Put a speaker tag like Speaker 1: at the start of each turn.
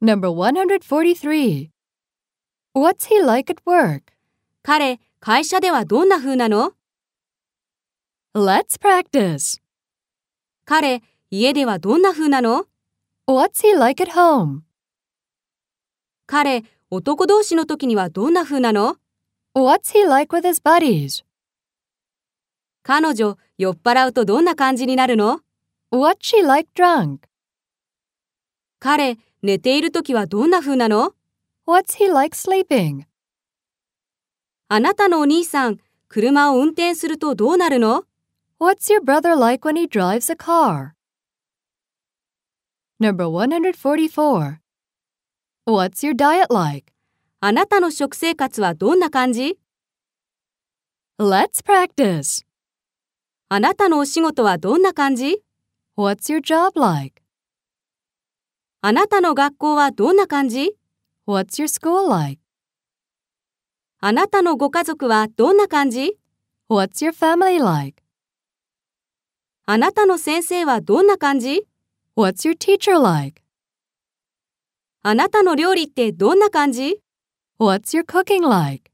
Speaker 1: Number 143. What's he like at work?
Speaker 2: 彼、会社ではどんな風なの
Speaker 1: Let's practice.
Speaker 2: 彼、家ではどんな風なの
Speaker 1: What's he like at home?
Speaker 2: 彼、男同士の時にはどんな風なの
Speaker 1: What's he like with his buddies?
Speaker 2: 彼女、酔っ払うとどんな感じになるの
Speaker 1: What's she like drunk?
Speaker 2: 彼、寝ている時はどんな風なの
Speaker 1: What's he like sleeping?
Speaker 2: あなたのお兄さん、車を運転するとどうなるの
Speaker 1: What's your brother like when he drives a car? Number 144. What's your diet like?
Speaker 2: あなたの食生活はどんな感じ
Speaker 1: Let's practice.
Speaker 2: あなたのお仕事はどんな感じ
Speaker 1: What's your job like?
Speaker 2: あなたの学校はどんな感じ
Speaker 1: What's your school like?
Speaker 2: あなたのご家族はどんな感じ
Speaker 1: What's your family like?
Speaker 2: あなたの先生はどんな感じ
Speaker 1: What's your teacher like?
Speaker 2: あなたの料理ってどんな感じ
Speaker 1: What's your cooking like?